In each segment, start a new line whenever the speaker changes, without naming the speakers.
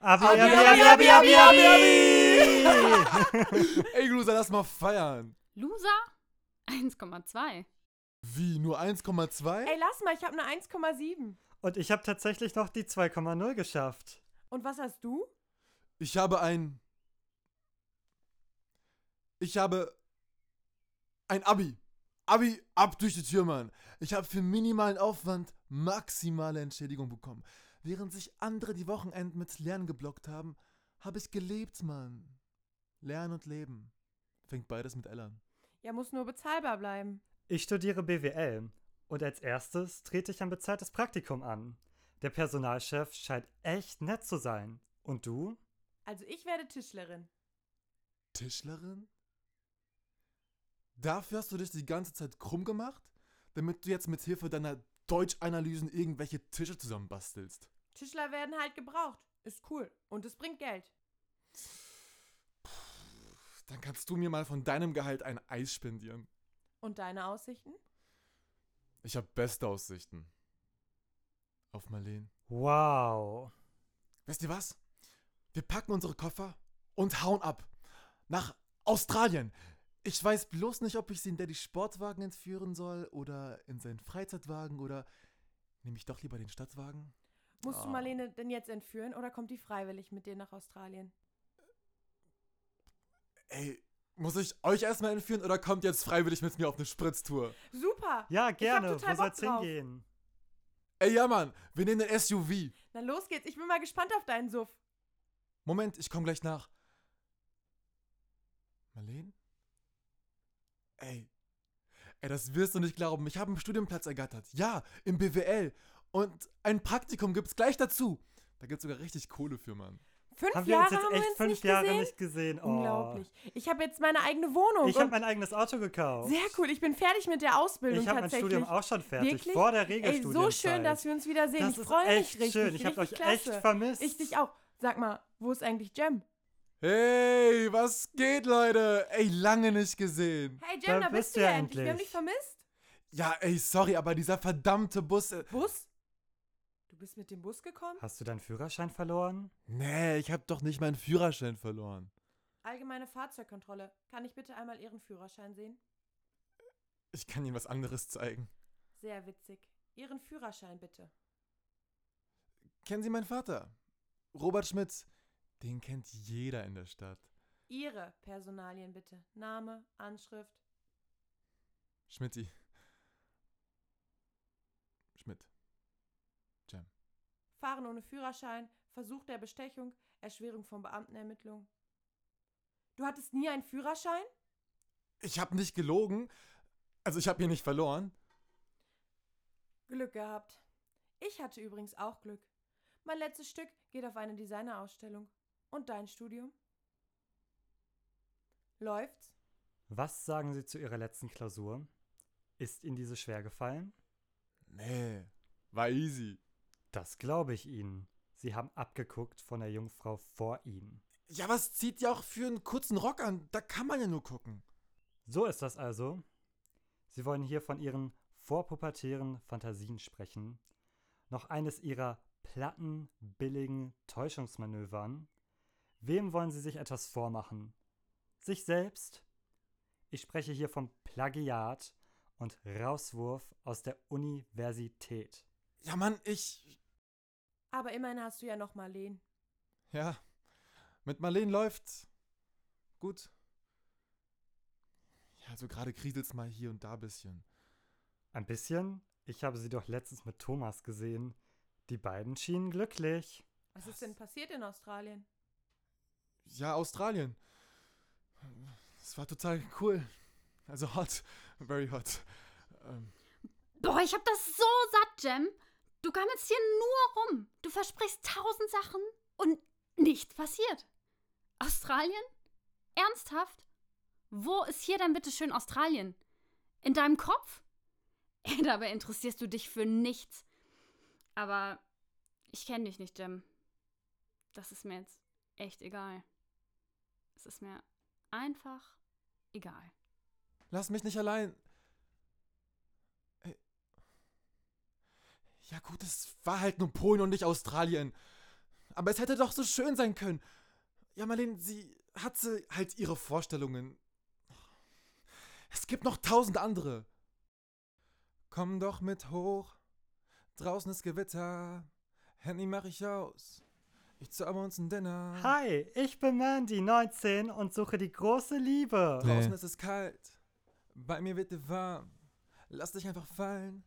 Abi,
Abi,
Abi, Abi,
Abi,
Abi, Abi, Abi, Abi.
Ey, Loser, lass mal feiern.
Loser? 1,2.
Wie, nur 1,2?
Ey, lass mal, ich habe eine 1,7.
Und ich habe tatsächlich noch die 2,0 geschafft.
Und was hast du?
Ich habe ein... Ich habe... Ein Abi. Abi, ab durch die Tür, Mann. Ich habe für minimalen Aufwand maximale Entschädigung bekommen. Während sich andere die Wochenenden mit Lernen geblockt haben, habe ich gelebt, Mann. Lernen und Leben. Fängt beides mit L an.
Ja, muss nur bezahlbar bleiben.
Ich studiere BWL und als erstes trete ich ein bezahltes Praktikum an. Der Personalchef scheint echt nett zu sein. Und du?
Also ich werde Tischlerin.
Tischlerin? Dafür hast du dich die ganze Zeit krumm gemacht, damit du jetzt mit Hilfe deiner Deutschanalysen irgendwelche Tische zusammenbastelst.
Tischler werden halt gebraucht. Ist cool. Und es bringt Geld.
Dann kannst du mir mal von deinem Gehalt ein Eis spendieren.
Und deine Aussichten?
Ich habe beste Aussichten. Auf Marleen.
Wow.
Wisst ihr was? Wir packen unsere Koffer und hauen ab. Nach Australien. Ich weiß bloß nicht, ob ich sie in Daddy Sportwagen entführen soll oder in seinen Freizeitwagen oder nehme ich doch lieber den Stadtwagen.
Musst du
Ah.
Marlene denn jetzt entführen oder kommt die freiwillig mit dir nach Australien?
Ey, muss ich euch erstmal entführen oder kommt jetzt freiwillig mit mir auf eine Spritztour?
Super!
Ja, gerne.
total
Wo soll's
Bock drauf.
hingehen?
Ey, ja, Mann, wir nehmen den SUV.
Na los geht's, ich bin mal gespannt auf deinen Suff.
Moment, ich komme gleich nach. Marleen? Ey. Ey, das wirst du nicht glauben. Ich habe einen Studienplatz ergattert. Ja, im BWL. Und ein Praktikum gibt's gleich dazu. Da gibt's sogar richtig Kohle für, Mann.
Fünf
Haben wir
Jahre
uns jetzt
haben wir
echt
uns
fünf
nicht
Jahre
gesehen?
nicht gesehen? Oh.
Unglaublich. Ich habe jetzt meine eigene Wohnung.
Ich habe
und-
mein eigenes Auto gekauft.
sehr cool, ich bin fertig mit der Ausbildung
Ich habe mein
tatsächlich.
Studium auch schon fertig,
Wirklich?
vor der
Ey,
Regelstudienzeit.
so schön, dass wir uns wiedersehen.
Das
ich
ist
freue mich
echt
richtig.
schön. Ich habe euch
richtig
echt
klasse.
vermisst.
Ich dich auch. Sag mal, wo ist eigentlich Jem?
Hey, was geht, Leute? Ey, lange nicht gesehen.
Hey Jem,
Da
da,
bist
bist du
du
ja
ja
endlich. Wir haben
endlich.
dich vermisst.
Ja, ey, sorry, aber dieser verdammte Bus. äh,
Bus? Du bist mit dem Bus gekommen?
Hast du deinen Führerschein verloren?
Nee, ich habe doch nicht meinen Führerschein verloren.
Allgemeine Fahrzeugkontrolle. Kann ich bitte einmal Ihren Führerschein sehen?
Ich kann Ihnen was anderes zeigen.
Sehr witzig. Ihren Führerschein bitte.
Kennen Sie meinen Vater? Robert Schmitz. Den kennt jeder in der Stadt.
Ihre Personalien bitte. Name, Anschrift.
Schmidti. Schmidt.
Fahren ohne Führerschein, Versuch der Bestechung, Erschwerung von Beamtenermittlung. Du hattest nie einen Führerschein?
Ich habe nicht gelogen. Also ich habe ihn nicht verloren.
Glück gehabt. Ich hatte übrigens auch Glück. Mein letztes Stück geht auf eine Designerausstellung. Und dein Studium? Läuft's?
Was sagen Sie zu Ihrer letzten Klausur? Ist Ihnen diese schwer gefallen?
Nee. War easy.
Das glaube ich Ihnen. Sie haben abgeguckt von der Jungfrau vor Ihnen.
Ja, was zieht ihr auch für einen kurzen Rock an? Da kann man ja nur gucken.
So ist das also. Sie wollen hier von Ihren vorpubertären Fantasien sprechen. Noch eines Ihrer platten, billigen Täuschungsmanövern. Wem wollen Sie sich etwas vormachen? Sich selbst? Ich spreche hier vom Plagiat und Rauswurf aus der Universität.
Ja, Mann, ich...
Aber immerhin hast du ja noch Marleen.
Ja. Mit Marleen läuft... Gut. Ja, also gerade kriselt's mal hier und da ein bisschen.
Ein bisschen? Ich habe sie doch letztens mit Thomas gesehen. Die beiden schienen glücklich.
Was ist denn passiert in Australien?
Ja, Australien. Es war total cool. Also hot. Very hot. Ähm,
Boah, ich hab das so satt, Jem. Du gammelst hier nur rum. Du versprichst tausend Sachen und nichts passiert. Australien? Ernsthaft? Wo ist hier denn bitte schön Australien? In deinem Kopf? Ey, dabei interessierst du dich für nichts. Aber ich kenne dich nicht, Jem. Das ist mir jetzt echt egal. Es ist mir einfach egal.
Lass mich nicht allein. Ey. Ja gut, es war halt nur Polen und nicht Australien. Aber es hätte doch so schön sein können. Ja, Marlene, sie hatte halt ihre Vorstellungen. Es gibt noch tausend andere. Komm doch mit hoch. Draußen ist Gewitter. Handy mach ich aus. Ich zauber uns ein Dinner.
Hi, ich bin Mandy, 19 und suche die große Liebe.
Draußen
Nee.
ist es kalt. Bei mir wird dir warm. Lass dich einfach fallen.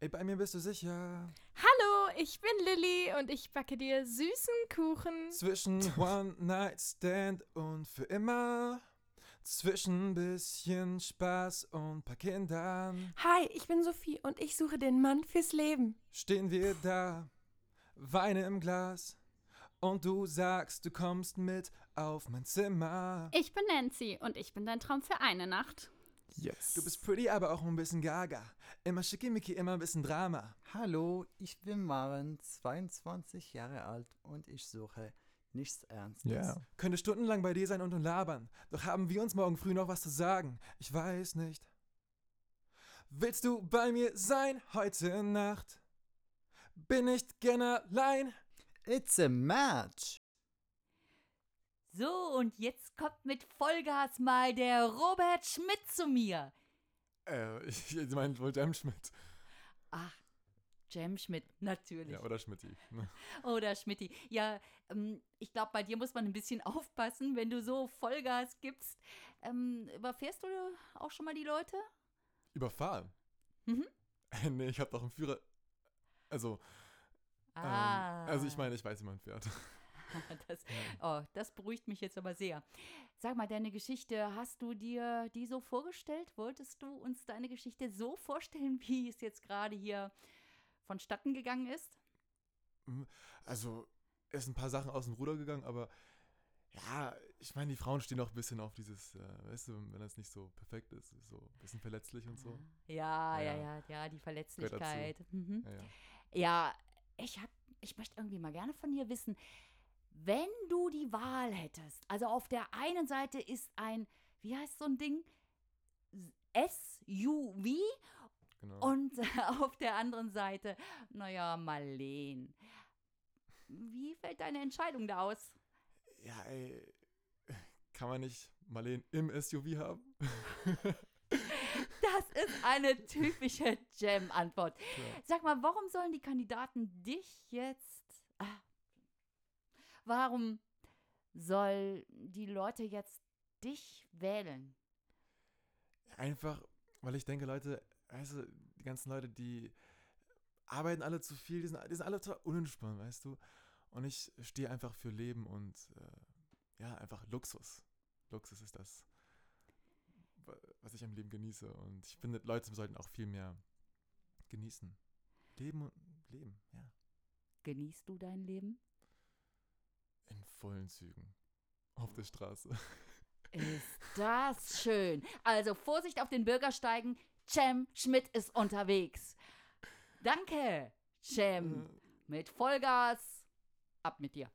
Ey, bei mir bist du sicher.
Hallo, ich bin Lilly und ich backe dir süßen Kuchen.
Zwischen One Night Stand und für immer. Zwischen bisschen Spaß und paar Kindern
Hi, ich bin Sophie und ich suche den Mann fürs Leben.
stehen wir da, Weine im Glas. Und du sagst, du kommst mit auf mein Zimmer.
Ich bin Nancy und ich bin dein Traum für eine Nacht.
Yes.
Du bist pretty, aber auch ein bisschen gaga. Immer schickimicki, immer ein bisschen Drama.
Hallo, ich bin Maren, 22 Jahre alt und ich suche nichts Ernstes.
Ja. Könnte stundenlang bei dir sein und nur labern. Doch haben wir uns morgen früh noch was zu sagen. Ich weiß nicht. Willst du bei mir sein heute Nacht? Bin nicht gerne allein.
It's a match.
So, und jetzt kommt mit Vollgas mal der Robert Schmidt zu mir.
Äh, ich, ich meine wohl Jam Schmidt.
Ach, Jam Schmidt, natürlich.
oder Schmidti. Ne?
Oder Schmidti. Ja, ähm, ich glaube, bei dir muss man ein bisschen aufpassen, wenn du so Vollgas gibst. Ähm, überfährst du auch schon mal die Leute?
Überfahren. Äh,
Mhm.
nee, ich hab doch einen Führer. Also, meine, Ähm, also ich weiß, wie man fährt.
Ah. Das, oh, das beruhigt mich jetzt aber sehr. Sag mal, deine Geschichte, hast du dir die so vorgestellt? Wolltest du uns deine Geschichte so vorstellen, wie es jetzt gerade hier vonstatten gegangen ist?
Also, ist ein paar Sachen aus dem Ruder gegangen, aber ja, ich meine, die Frauen stehen auch ein bisschen auf dieses, äh, weißt du, wenn das nicht so perfekt ist, ist so ein bisschen verletzlich und so.
Ja, ja,
Ja.
ja, ja, die Verletzlichkeit. Mhm.
Ja, ja.
Ja, ich, hab, ich möchte irgendwie mal gerne von dir wissen, wenn du die Wahl hättest, also auf der einen Seite ist ein, wie heißt so ein Ding? SUV
Genau.
und auf der anderen Seite, naja, Marleen. Wie fällt deine Entscheidung da aus?
ja, ey, kann man nicht Marleen im SUV haben?
Das ist eine typische Jam-Antwort.
Klar.
Sag mal, warum sollen die Kandidaten dich jetzt. Ah, warum soll die Leute jetzt dich wählen?
Einfach, weil ich denke, Leute, weißt du, die ganzen Leute, die arbeiten alle zu viel, die sind, die sind alle total unentspannt, weißt du? Und ich stehe einfach für Leben und äh, ja, einfach Luxus. Luxus ist das, wa- was ich am Leben genieße. Und ich finde, Leute sollten auch viel mehr genießen. Leben und Leben, ja.
Genießt du dein Leben?
In vollen Zügen. Auf der Straße.
Ist das schön. Also Vorsicht auf den Bürgersteigen. Cem Schmidt ist unterwegs. Danke, Cem. Mit Vollgas. Ab mit dir.